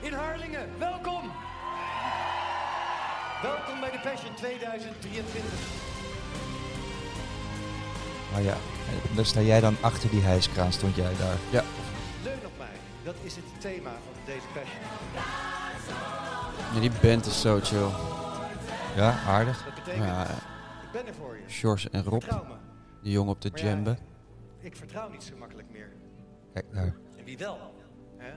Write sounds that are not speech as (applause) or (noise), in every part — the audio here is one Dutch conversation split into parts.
in Harlingen. Welkom! Welkom bij de Passion 2023. Nou ja, en daar sta jij dan achter die hijskraan, stond jij daar. Ja. Leun op mij, dat is het thema van deze Passion. Ja, die band is zo chill. Ja, aardig. Dat betekent, Ja, ik ben er voor je. George en Rob, Vertrouw me. die jongen op de Maar ja, djembe. ik vertrouw niet zo makkelijk meer. Kijk daar. En wie wel? Hè?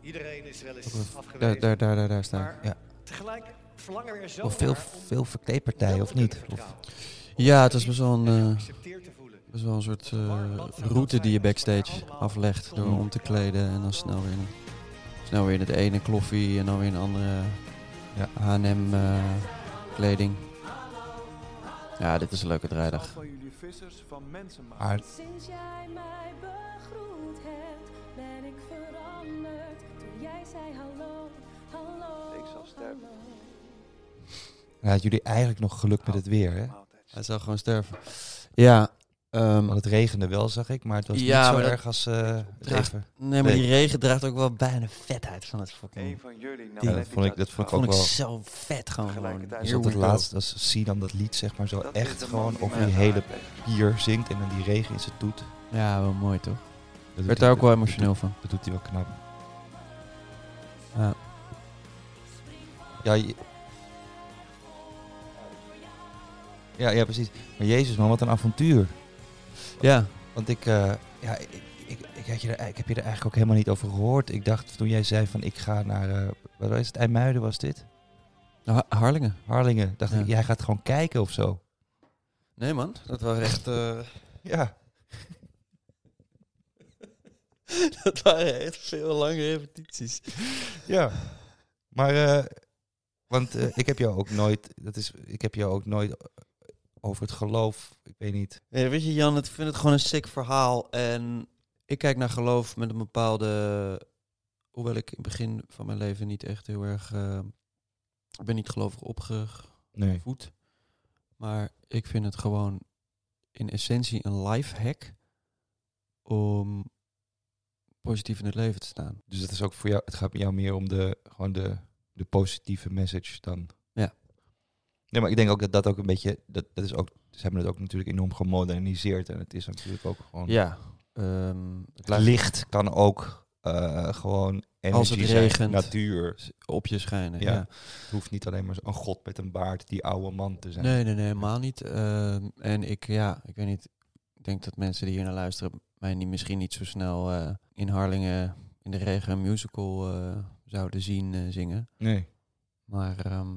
Iedereen is wel Daar, eens daar, afgewezen. daar, daar, daar staan. maar ja. tegelijk verlangen we er zo Nog veel, naar om- veel om verkleedpartijen, wel of te kunnen niet? Of, vertrouwen. Ja, het is best wel een, En eh, geaccepteerd te voelen. best wel een soort eh, route die je backstage aflegt door om te kleden en dan snel weer, in, snel weer in het ene kloffie en dan weer in een andere Ja. H&M eh, kleding. Ja, dit is een leuke zal draaidag. van jullie vissers van mensen maken. aard- Sinds jij mij begroet hebt, ben ik veranderd. Toen jij zei hallo, hallo, Ik zal sterven. hallo. nou, had jullie eigenlijk nog geluk met het weer, hè? Maaltijd. Hij zal gewoon sterven. Ja, ehm, Want het regende wel, zag ik, maar het was Ja, niet maar zo dat- erg als eh, het draagt- even. nee, maar die regen draagt ook wel bijna vetheid van het fucking... Eén van jullie nam Ja, net dat niet vond ik- uit dat het vond ik verhaal. Vond ook ik wel- zo vet gewoon. gewoon. Tegelijkertijd- Is Here dat het we go. laatst, als zie dan dat lied, zeg maar, zo Dat is echt de gewoon man die over mij die hele aanraakt. pier zingt en dan die regen in zijn toet. Dat Ja, wel mooi toch? doet werd hij- daar ook wel dat- emotioneel van. Dat doet hij wel knap. Ja. Ja, je- ja, ja, precies. Maar Jezus man, wat een avontuur. ja. Want ik, eh, ja, ik, ik, ik, had je er, ik heb je er eigenlijk ook helemaal niet over gehoord. Ik dacht toen jij zei van ik ga naar, eh wat is het, IJmuiden was dit? Ha- Nou, Harlingen. Harlingen. Dacht Ja. ik, jij gaat gewoon kijken of zo. Nee man, dat waren echt, eh, Ja. (laughs) dat waren echt veel lange repetities. Ja. Maar, eh, want eh, ik heb jou ook nooit, dat is, ik heb jou ook nooit over het geloof, ik weet niet. Nee, weet je Jan, het- ik vind het gewoon een sick verhaal. En ik kijk naar geloof met een bepaalde... Hoewel ik in het begin van mijn leven niet echt heel erg... eh, ik ben niet gelovig opgegroeid. Nee. voet. Maar ik vind het gewoon in essentie een life hack om positief in het leven te staan. Dus dat is ook voor jou, het gaat bij jou meer om de, gewoon de, de positieve message dan. Ja. Nee, maar ik denk ook dat dat ook een beetje, dat, dat is ook, ze hebben het ook natuurlijk enorm gemoderniseerd en het is natuurlijk ook gewoon... Ja. ehm, het Het lijkt licht kan ook eh, gewoon energie Als het zijn, regent. natuur. op je schijnen. Ja. Ja. Het hoeft niet alleen maar een god met een baard, die oude man te zijn. Nee, nee, nee, helemaal niet. Ehm, en ik, ja, ik weet niet. Ik denk dat mensen die hier naar luisteren mij niet, misschien niet zo snel eh, in Harlingen in de regen een musical eh, zouden zien eh, zingen. Nee. Maar ehm,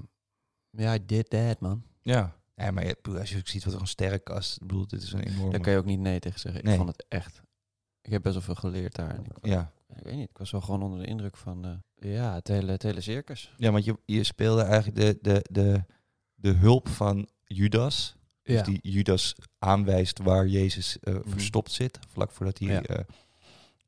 ja, I did that, man. Ja. ja maar je- als je ook ziet wat er een sterrenkast, ik bedoel, dit is een enorme... Daar kan je ook niet nee tegen zeggen. Ik Nee. vond het echt. Ik heb best wel veel geleerd daar. En ik, Ja. ik weet niet, ik was wel gewoon onder de indruk van eh, ja, het, hele, het hele circus. ja, want je, je speelde eigenlijk de, de, de, de hulp van Judas. Dus die Judas aanwijst waar Jezus eh, Mhm. verstopt zit, vlak voordat hij... Ja. eh,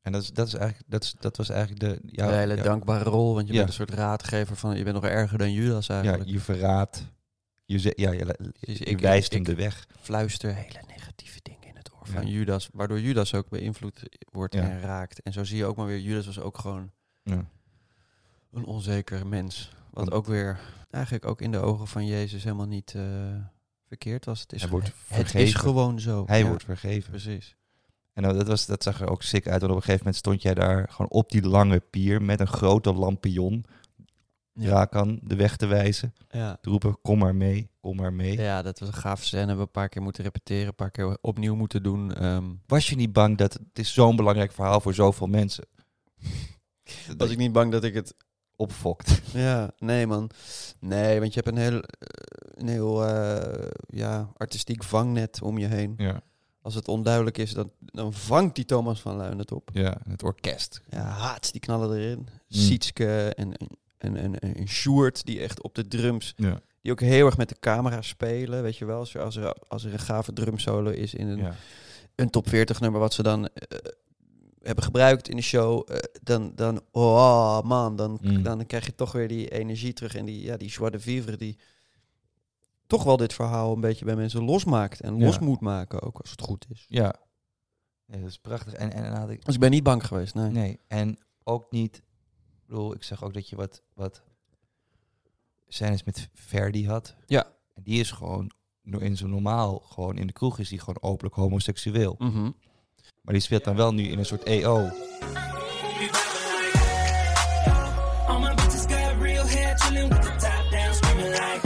en dat, is, dat, is eigenlijk, dat, is, dat was eigenlijk de... Een Ja, hele ja, dankbare rol, want je Ja. bent een soort raadgever van je bent nog erger dan Judas ja, eigenlijk. je verraadt. Je, ze- ja, je, Precies, je ik- wijst ik- hem ik- de weg. Fluister hele negatieve dingen in het oor Ja. van Judas, waardoor Judas ook beïnvloed wordt Ja. en raakt. En zo zie je ook maar weer, Judas was ook gewoon Ja. een onzeker mens. Wat Want- ook weer eigenlijk ook in de ogen van Jezus helemaal niet eh, verkeerd was. Het is, Hij wordt het is vergeven. gewoon zo. Hij Ja, wordt vergeven. Precies. En nou, dat, was, dat zag er ook sick uit. Want op een gegeven moment stond jij daar gewoon op die lange pier met een grote lampion. Ja. Rakan de weg te wijzen. Ja. Te roepen, kom maar mee, kom maar mee. Ja, dat was een gaaf scène. Hebben we een paar keer moeten repeteren, een paar keer opnieuw moeten doen. Ehm Was je niet bang dat het is zo'n belangrijk verhaal voor zoveel (laughs) mensen? was ik niet bang dat ik het... (laughs) opfokt. Ja, nee man. Nee, want je hebt een heel, eh, een heel eh, ja, artistiek vangnet om je heen. Ja, Als het onduidelijk is, dan, dan vangt die Thomas van Luin het op. ja het orkest. Ja, haats, die knallen erin. Sietske en, en, en, en, en Sjoerd, die echt op de drums... Ja. Die ook heel erg met de camera spelen, weet je wel. Als er, als er, als er een gave drumsolo is in een Ja. een top 40 nummer wat ze dan eh, hebben gebruikt in de show, eh, dan, dan, oh man, dan, Mm. dan krijg je toch weer die energie terug en die, ja, die joie de vivre die toch wel dit verhaal een beetje bij mensen losmaakt en Ja. los moet maken ook, als het goed is. ja. Nee, dat is prachtig. En, en, en had ik... Dus ik ben niet bang geweest, nee. Nee, en ook niet bedoel, ik zeg ook dat je wat, wat scènes met Verdi had. Ja. En die is gewoon, no- in zijn normaal, gewoon in de kroeg is die gewoon openlijk homoseksueel. Mhm. Maar die speelt dan wel nu in een soort E EO. All my bitches got real hair, chillin' with the top down, screaming like.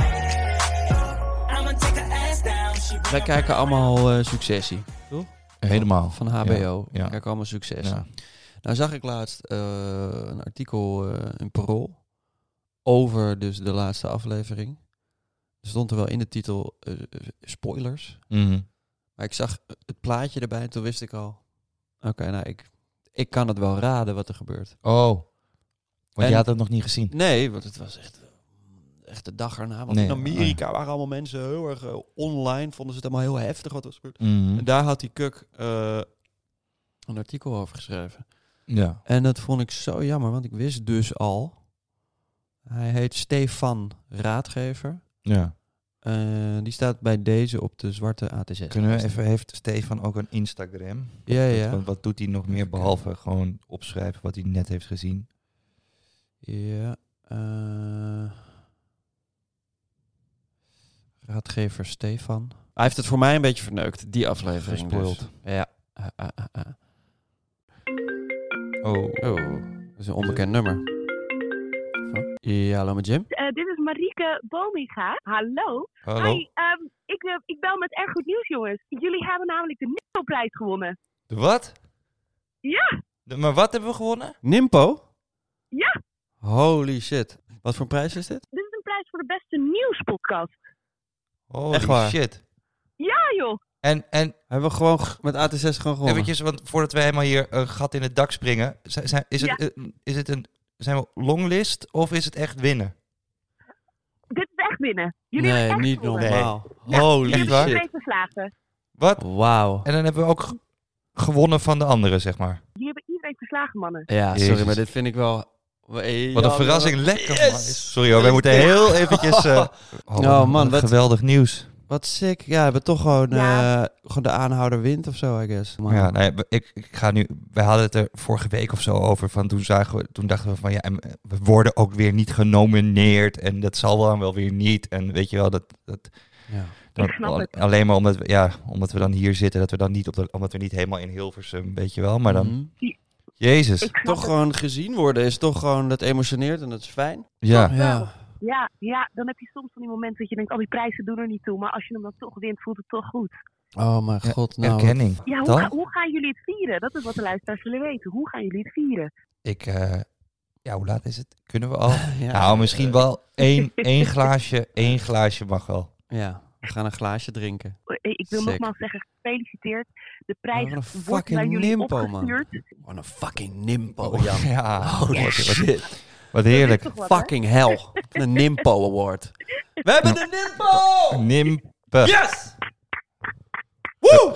I'ma take her ass down. She Wij kijken allemaal eh, Successie Helemaal. van HBO. ja. We kijken allemaal Successie. Ja. Nou zag ik laatst eh, een artikel eh, in Parool over dus de laatste aflevering. Er stond er wel in de titel eh, eh, spoilers. Mhm. Maar ik zag het plaatje erbij en toen wist ik al... Oké, nou ik, ik kan het wel raden wat er gebeurt. Oh. Want En- je had het nog niet gezien. Nee, want het was echt, eh, echt de dag erna. Want Nee, in Amerika waren allemaal mensen heel erg eh, online. Vonden ze het allemaal heel heftig wat er was gebeurd. Mhm. En daar had die kuk eh, Hm. een artikel over geschreven. Mhm. Ja. En dat vond ik zo jammer, want ik wist dus al. Hij heet Stefan Raadgever. ja. Eh, die staat bij deze op de zwarte ATZ. Kunnen we even, heeft Stefan ook een Instagram? Ja, ja. Wat, wat doet hij nog meer Even behalve gewoon opschrijven wat hij net heeft gezien? Ja. eh. raadgever Stefan. Hij heeft het voor mij een beetje verneukt, die aflevering. dus. Gespoild. Ja. Ah, ah, ah, ah. Oh. Oh, dat is een onbekend nummer. Van- Ja, hallo met Jim. Eh, dit is Marieke Bominga. Hallo. Hallo. Hi, ehm, ik, eh, ik bel met erg goed nieuws, jongens. Jullie hebben namelijk de Nino-prijs gewonnen. De wat? Ja, De- maar wat hebben we gewonnen? Nimpo? ja. Holy shit. Wat voor prijs is dit? Dit is een prijs voor de beste nieuwspodcast. Holy Echt waar? shit. Ja, joh. En, en Hebben we gewoon g- met AT6 gewoon gewonnen. eventjes, want voordat wij helemaal hier een gat in het dak springen, zijn, zijn- is, het, eh, is het een zijn we longlist of is het echt winnen? Dit is echt winnen. Jullie nee, hebben echt niet gewonnen. normaal. Nee. Holy Echt Jullie hebben waar? shit. twee verslagen. Wat? Wauw. En dan hebben we ook g- gewonnen van de anderen, zeg maar. Jullie hebben iedereen verslagen, mannen. Ja, Jezus. sorry, maar dit vind ik wel... Wat een verrassing. Lekker, man. Sorry hoor, wij moeten heel eventjes... eh, (laughs) Oh, man, wat- Geweldig nieuws. Wat sick. Ja, we hebben toch gewoon, Ja. eh, gewoon de aanhouder wint of zo, I guess. Maar- Ja, nee, we- ik, ik ga nu. Wij hadden het er vorige week of zo over. Van toen, zagen we, toen dachten we van ja, en we worden ook weer niet genomineerd. En dat zal dan wel weer niet. En weet je wel, dat. dat Ja. dan- Ik snap al- het. alleen maar omdat we, ja, omdat we dan hier zitten. Dat we dan niet op de, omdat we niet helemaal in Hilversum, weet je wel. Maar dan. Mhm. Jezus. Ik snap Toch het. gewoon gezien worden is toch gewoon, dat emotioneert en dat is fijn. Ja. Ja. Ja, ja, dan heb je soms van die momenten dat je denkt, al die prijzen doen er niet toe. Maar als je hem dan toch wint, voelt het toch goed. Oh mijn Ja, god, nou. Erkenning. Ja, hoe, Dan? ga- hoe gaan jullie het vieren? Dat is wat de luisteraars willen weten. Hoe gaan jullie het vieren? Ik. eh, ja, hoe laat is het? Kunnen we al? (laughs) Ja, nou, misschien eh, wel (laughs) één, één glaasje. Één glaasje mag wel. Ja, we gaan een glaasje drinken. Eh, Ik wil Sick. nogmaals zeggen, gefeliciteerd. De Wat een prijs wordt fucking naar jullie nimpo, man. opgestuurd. Gewoon een fucking nimpo, Jan. Oh, ja. Holy Wat- wat- shit. Wat (laughs) heerlijk. Toch wat, hè? Fucking hell. De Nimpo Award. We hebben de Nimpo! Nimpe. Yes! Woe!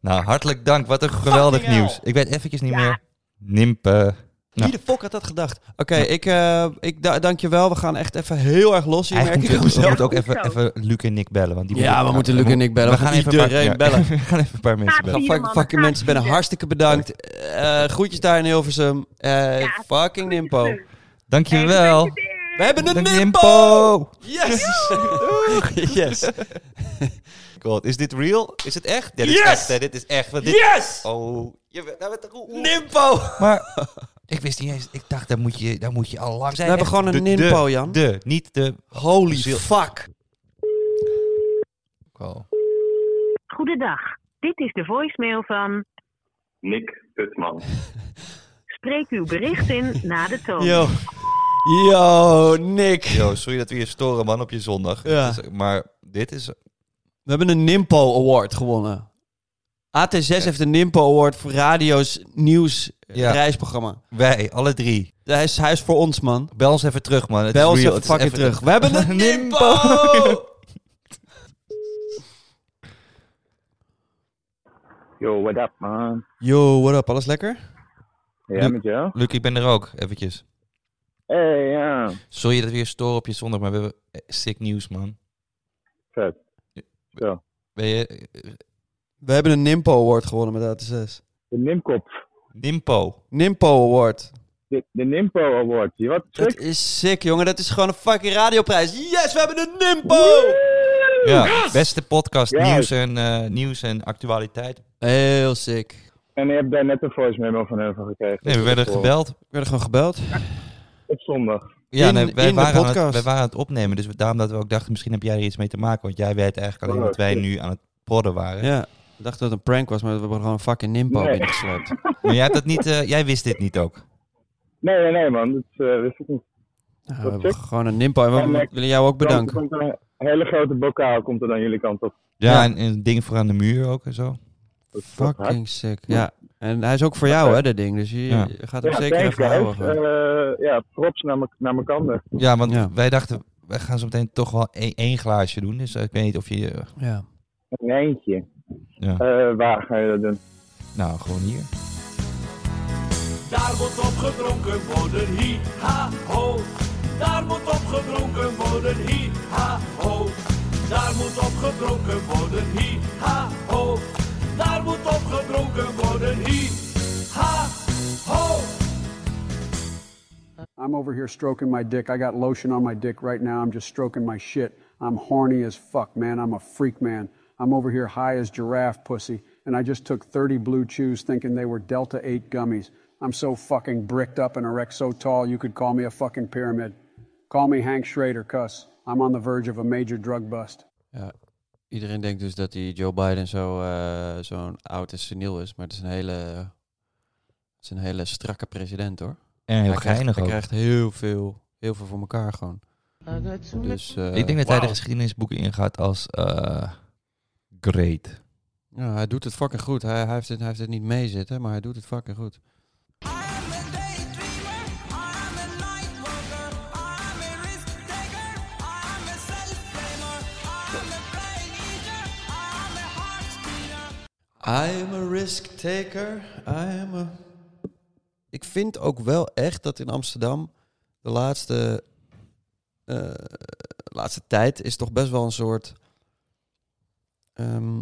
Nou, hartelijk dank. Wat een geweldig Fucking nieuws. hell. Ik weet eventjes niet Ja. meer. Nimpe. Wie de fok had dat gedacht? Oké, ik, eh ik da- dank je wel. We gaan echt even heel erg los hier. (laughs) merk Eigenlijk ik moeten we, we mezelf. moeten ook even, goed zo. even Luc en Nick bellen. Want die Ja, we moeten Luc en Nick bellen. We gaan even een paar- iedereen ja, (laughs) bellen. we gaan even een paar mensen (laughs) Gaat bellen. die- Fuck, mannen, fucking ga mensen, ik ben vieren. hartstikke bedankt. Eh groetjes daar in Hilversum. Eh Ja, fucking Nimpo. Dankjewel. Gefeliciteerd. We hebben de Dank Nimpo! (laughs) Yes! (laughs) yes! God, is dit real? Is het echt? Ja, dit Yes! is echt. hè. Dit is echt. want dit- Yes! Oh. Je bent- nou, wat- oeh, oeh. Nimpo! (laughs) Maar ik wist niet eens. Ik dacht, daar moet je, daar moet je al lang We zijn. hebben Echt gewoon een de- de- Nimpo, Jan. De, niet de... Holy Ziel. fuck! Oh. (laughs) Goedendag. Dit is de voicemail van... Nick Putman. Spreek uw bericht (laughs) in na de toon. Yo. Yo, Nick. Yo, sorry dat we je storen, man, op je zondag. Ja. Het is- maar dit is... We hebben een Nimpo Award gewonnen. AT6 heeft de Nimpo Award voor radio's nieuws Ja. reisprogramma. Wij, alle drie. Hij is, hij is voor ons, man. Bel ons even terug, man. Het Bel is ons real. Het is even fucking terug. We hebben een (laughs) Nimpo! Yo, what up man? Yo, what up? Alles lekker? Ja, Doe- met jou? Luc, ik ben er ook, eventjes. Hey, ja. Sorry dat we je storen op je zondag, maar we hebben eh, sick nieuws, man. Vet. Ja. Ben je... eh, We hebben een Nimpo Award gewonnen met AT6. De Nimkop. Nimpo. Nimpo Award. De de, de Nimpo Award. Wat Dat sick. is sick, jongen. Dat is gewoon een fucking radioprijs. Yes, we hebben de Nimpo! Ja, beste podcast, Juist. nieuws en, eh, nieuws en actualiteit. Heel sick. Ik En je hebt daar net een voice memo van hun van gekregen. Nee, we werden Voor- gebeld. werd gewoon gebeld. Op zondag. Ja, In- nee, wij, in de waren aan het, podcast. wij waren aan het opnemen. Dus daarom dat we ook dachten, misschien heb jij er iets mee te maken. Want jij weet eigenlijk alleen Oh, dat wij shit. nu aan het podden waren. Ja. We dachten dat het een prank was, maar we hebben gewoon een fucking Nimpo Nee. (laughs) binnengesleept. Maar jij, hebt dat niet, eh, jij wist dit niet ook. Nee, nee, nee, man. Dat eh, wist ik niet. Nou, we Wat hebben sick. gewoon een Nimpo. En we En, eh, willen jou ook Dan bedanken. komt er een hele grote bokaal komt er dan jullie kant op. Ja, Ja. En, en een ding voor aan de muur ook en zo. Dat is toch hard. Fucking sick. Ja. En hij is ook voor jou, hè, dat ding. Dus je, Ja. je gaat hem Ja, zeker thanks even guys. houden. Eh, ja, props naar mijn- naar mijn kanten. Ja, want Ja. wij dachten, wij gaan zo meteen toch wel één, één glaasje doen. Dus eh, ik weet niet of je... eh, Ja. Een eindje. Ja. Eh, waar ga je dat doen? nou, gewoon hier. Daar moet op gedronken worden, hi ha ho. Daar moet op gedronken worden, hi ha ho. Daar moet op gedronken worden, hi ha ho. Daar moet op gedronken worden, hi ha ho. I'm over here stroking my dick. I got lotion on my dick right now. I'm just stroking my shit. I'm horny as fuck, man. I'm a freak, man. I'm over here high as giraffe pussy, and I just took 30 blue chews thinking they were Delta 8 gummies. I'm so fucking bricked up and erect so tall you could call me a fucking pyramid. Call me Hank Schrader, cuss. I'm on the verge of a major drug bust. ja. Iedereen denkt dus dat die Joe Biden zo, eh, zo'n oud en seniel is. Maar het is een hele, het is een hele strakke president, hoor. En heel hij krijgt, geinig hij ook. krijgt heel veel, heel veel voor elkaar gewoon. Dus, eh, ik denk dat hij de wauw. geschiedenisboeken ingaat als... eh, great. Ja, hij doet het fucking goed. Hij, hij, heeft het, hij heeft het niet mee zitten, maar hij doet het fucking goed. I'm a risk taker. I'm a... Ik vind ook wel echt dat in Amsterdam de laatste, eh, laatste tijd is toch best wel een soort... ehm,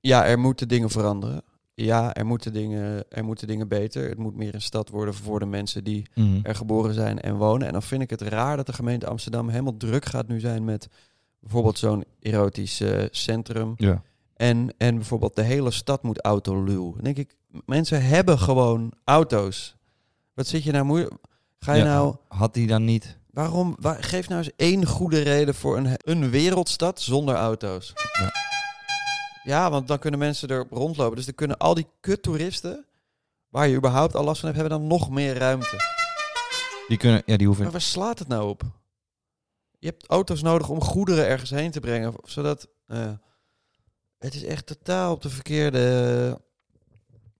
ja, er moeten dingen veranderen. Ja, er moeten dingen, er moeten dingen beter. Het moet meer een stad worden voor de mensen die Mhm. er geboren zijn en wonen. En dan vind ik het raar dat de gemeente Amsterdam helemaal druk gaat nu zijn met bijvoorbeeld zo'n erotisch eh, centrum. Ja. En, en bijvoorbeeld de hele stad moet autoluw. Dan denk ik, mensen hebben gewoon auto's. Wat zit je nou moeilijk? Ga je Ja. nou... Had hij dan niet... Waarom? Waar, geef nou eens één goede reden voor een, een wereldstad zonder auto's. Ja. Ja. want dan kunnen mensen er rondlopen. Dus dan kunnen al die kuttoeristen, waar je überhaupt al last van hebt, hebben dan nog meer ruimte. Die, kunnen, ja, die hoeven Maar waar slaat het nou op? Je hebt auto's nodig om goederen ergens heen te brengen, zodat... eh, het is echt totaal op de verkeerde...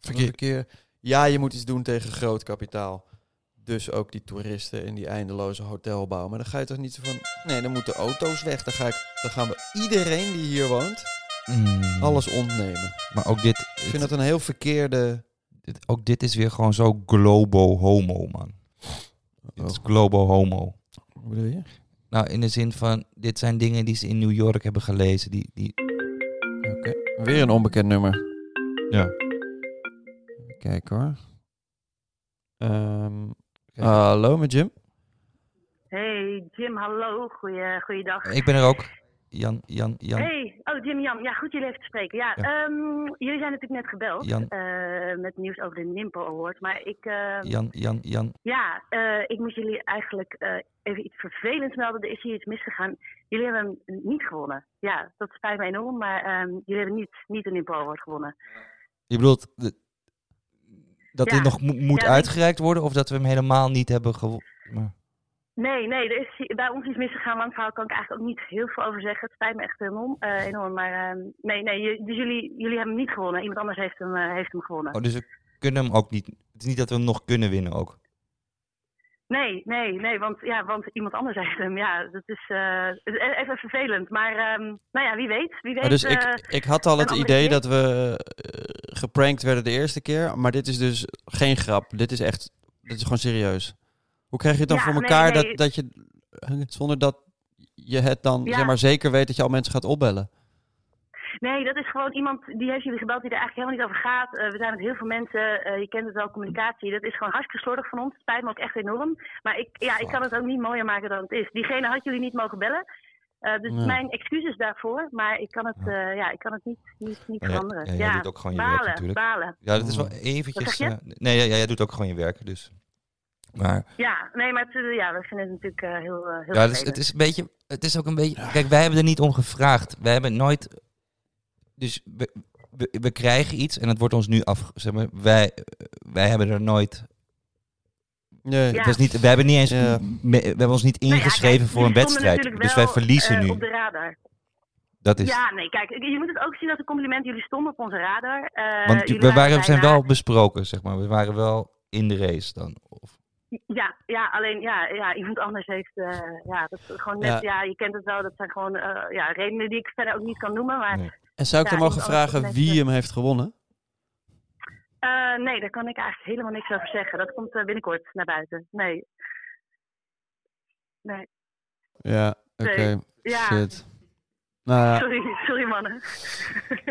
Verkeer- verkeer. Ja, je moet iets doen tegen groot kapitaal. Dus ook die toeristen en die eindeloze hotelbouw. Maar dan ga je toch niet zo van... Nee, dan moeten auto's weg. Dan, ga ik, dan gaan we iedereen die hier woont Mm. alles ontnemen. Maar ook dit, Ik vind dat een heel verkeerde... dit- ook dit is weer gewoon zo globo homo, man. Dit is globo homo. Hoe bedoel je? Nou, in de zin van, dit zijn dingen die ze in New York hebben gelezen. Die, die... Oké. Weer een onbekend nummer. Ja. Even kijken hoor. Ehm, Hallo met Jim. Hey Jim, hallo. Goeie, goeiedag. Ik ben er ook. Jan, Jan, Jan. Hey, oh Jim Jan. Ja, goed jullie even te spreken. Ja, ehm, jullie zijn natuurlijk net gebeld Jan. eh, met nieuws over de Nimpo Award. Maar ik, eh, Jan, Jan, Jan. ja, eh, ik moet jullie eigenlijk eh, even iets vervelends melden. Er is hier iets misgegaan. Jullie hebben hem niet gewonnen. Ja, dat spijt me enorm, maar ehm, jullie hebben niet, niet de Nimpo Award gewonnen. Je bedoelt de- dat Ja. dit nog mo- moet Ja, ik- uitgereikt worden of dat we hem helemaal niet hebben gewonnen? Nee, nee, er is hi- bij ons iets misgegaan. Lang verhaal kan ik eigenlijk ook niet heel veel over zeggen. Het spijt me echt enorm. eh, enorm maar ehm, nee, nee, ju- dus jullie, jullie hebben hem niet gewonnen. Iemand anders heeft hem, eh, heeft hem gewonnen. Oh, dus we kunnen hem ook niet. Het is niet dat we hem nog kunnen winnen ook. Nee, nee, nee, want, ja, want iemand anders heeft hem. Ja, dat is eh, het is e- even vervelend. Maar ehm, nou ja, wie weet. Wie weet Maar dus eh, ik, ik had al het een andere idee keer? dat we eh, geprankt werden de eerste keer. Maar dit is dus geen grap. Dit is echt. Dit is gewoon serieus. Hoe krijg je het dan Ja, voor nee, elkaar nee. Dat, dat je. eh, Zonder dat je het dan Ja. zeg maar zeker weet dat je al mensen gaat opbellen? Nee, dat is gewoon iemand die heeft jullie gebeld die er eigenlijk helemaal niet over gaat. Eh, we zijn met heel veel mensen, eh, je kent het wel, communicatie. Dat is gewoon hartstikke slordig van ons. Het spijt me ook echt enorm. Maar ik, ja, ik kan het ook niet mooier maken dan het is. Diegene had jullie niet mogen bellen. Eh, dus Ja. mijn excuses daarvoor, maar ik kan het, eh, ja, ik kan het niet, niet, niet Ja, veranderen. ja, jij doet ook gewoon je werk balen, natuurlijk. balen. Ja, dat is wel Oh. Wat eventjes... zeg je? eh, nee, ja, ja, jij doet ook gewoon je werk, dus... Maar Ja, nee, maar het, eh, ja, we vinden het natuurlijk eh, heel, eh, heel ja, dus het is, het vervelend. is een beetje... Het is ook een beetje... Kijk, wij hebben er niet om gevraagd. Wij hebben nooit... Dus we, we, we krijgen iets en het wordt ons nu af... Zeg maar, wij, eh, wij hebben er nooit... Nee. Dus, Ja. Het was niet, wij hebben niet eens... Ja. me- we hebben ons niet Nou ja, ingeschreven kijk, voor een die stonden wedstrijd. natuurlijk Dus wel, wij verliezen eh, nu. Op de radar. Dat is... Ja, nee, kijk, je moet het ook zien als een compliment. Jullie stonden op onze radar. Eh, Want jullie we waren, zijn bijna- wel besproken, zeg maar. We waren wel in de race dan. Of, Ja, ja alleen ja, ja, iemand anders heeft. eh, ja, dat is gewoon net, Ja. ja. je kent het wel. Dat zijn gewoon eh, ja, redenen die ik verder ook niet kan noemen. Maar Nee. nee, En zou ik Ja, dan mogen iemand anders vragen met wie de- hem heeft gewonnen? eh, nee daar kan ik eigenlijk helemaal niks over zeggen. Dat komt eh, binnenkort naar buiten. Nee. Nee. Ja, oké. Nee, ja. Shit. Nou ja, Sorry, sorry mannen.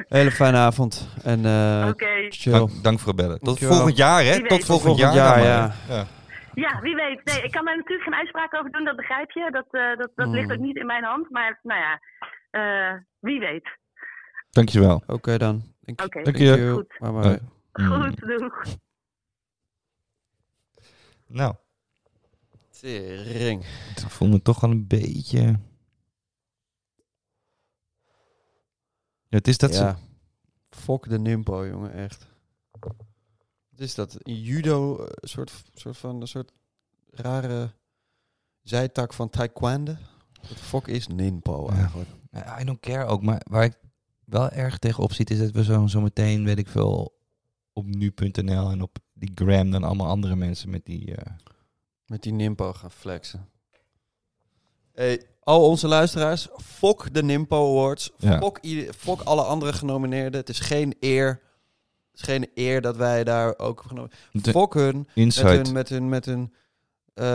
hele fijne avond. En eh, Oké. chill. dank, dank voor het bellen. Tot Dankjewel. volgend jaar, hè? Wie Tot weet. volgend jaar. Volgend jaar, maar. ja. ja. Ja, wie weet. Nee, ik kan daar natuurlijk geen uitspraak over doen, dat begrijp je. Dat, eh, dat, dat ligt ook niet in mijn hand. Maar nou ja, eh, wie weet. Dankjewel. Oké dan. Thank, Oké. Dank je. Goed. Bye bye. Hoi. Mm. Goed, doeg. Nou, Tering. ik voel me toch wel een beetje... Het is dat ze... ja. Fok de Nimpo, jongen, echt. Wat is dat? Een judo, eh, soort, soort van een soort rare zijtak van taekwondo? Wat fok is Nimpo Ja. eigenlijk? Nou, I don't care ook, maar waar ik wel erg tegenop ziet... is dat we zo, zo meteen, weet ik veel, op nu.nl en op die gram... dan allemaal andere mensen met die... eh, Met die Nimpo gaan flexen. Hey, al onze luisteraars, fok de Nimpo Awards. Ja. Fok, ieder- fok alle andere genomineerden. Het is geen eer. Het is geen eer dat wij daar ook genomineerd de Fok hun met insight. hun, met hun, met hun eh,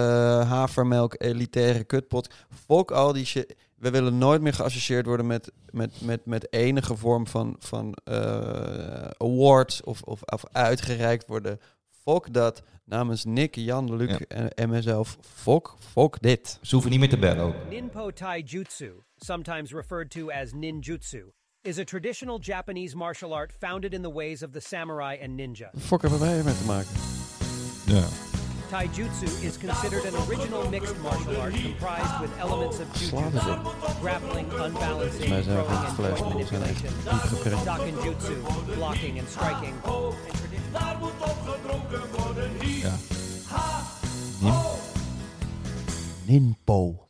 havermelk elitaire kutpot. Fok al die shit. We willen nooit meer geassocieerd worden met, met, met, met enige vorm van, van eh, awards of, of, of uitgereikt worden. Fok dat namens Nick, Jan, Luc Ja. en, en mezelf. Fok, fok dit. Ze hoeven niet meer te bellen ook. Ninpo Taijutsu, sometimes referred to as ninjutsu, is a traditional Japanese martial art founded in the ways of the samurai and ninja. Fok hebben wij ermee te maken. Ja. Taijutsu is considered an original mixed martial art comprised with elements of Slaat het jujutsu, op. grappling, unbalancing, Wij zijn throwing, geen and fles, joint maar we zijn echt manipulation, diep geprikt. dakinjutsu, blocking and striking, and traditional Daar moet op gedronken worden hier. ja. Ninpo.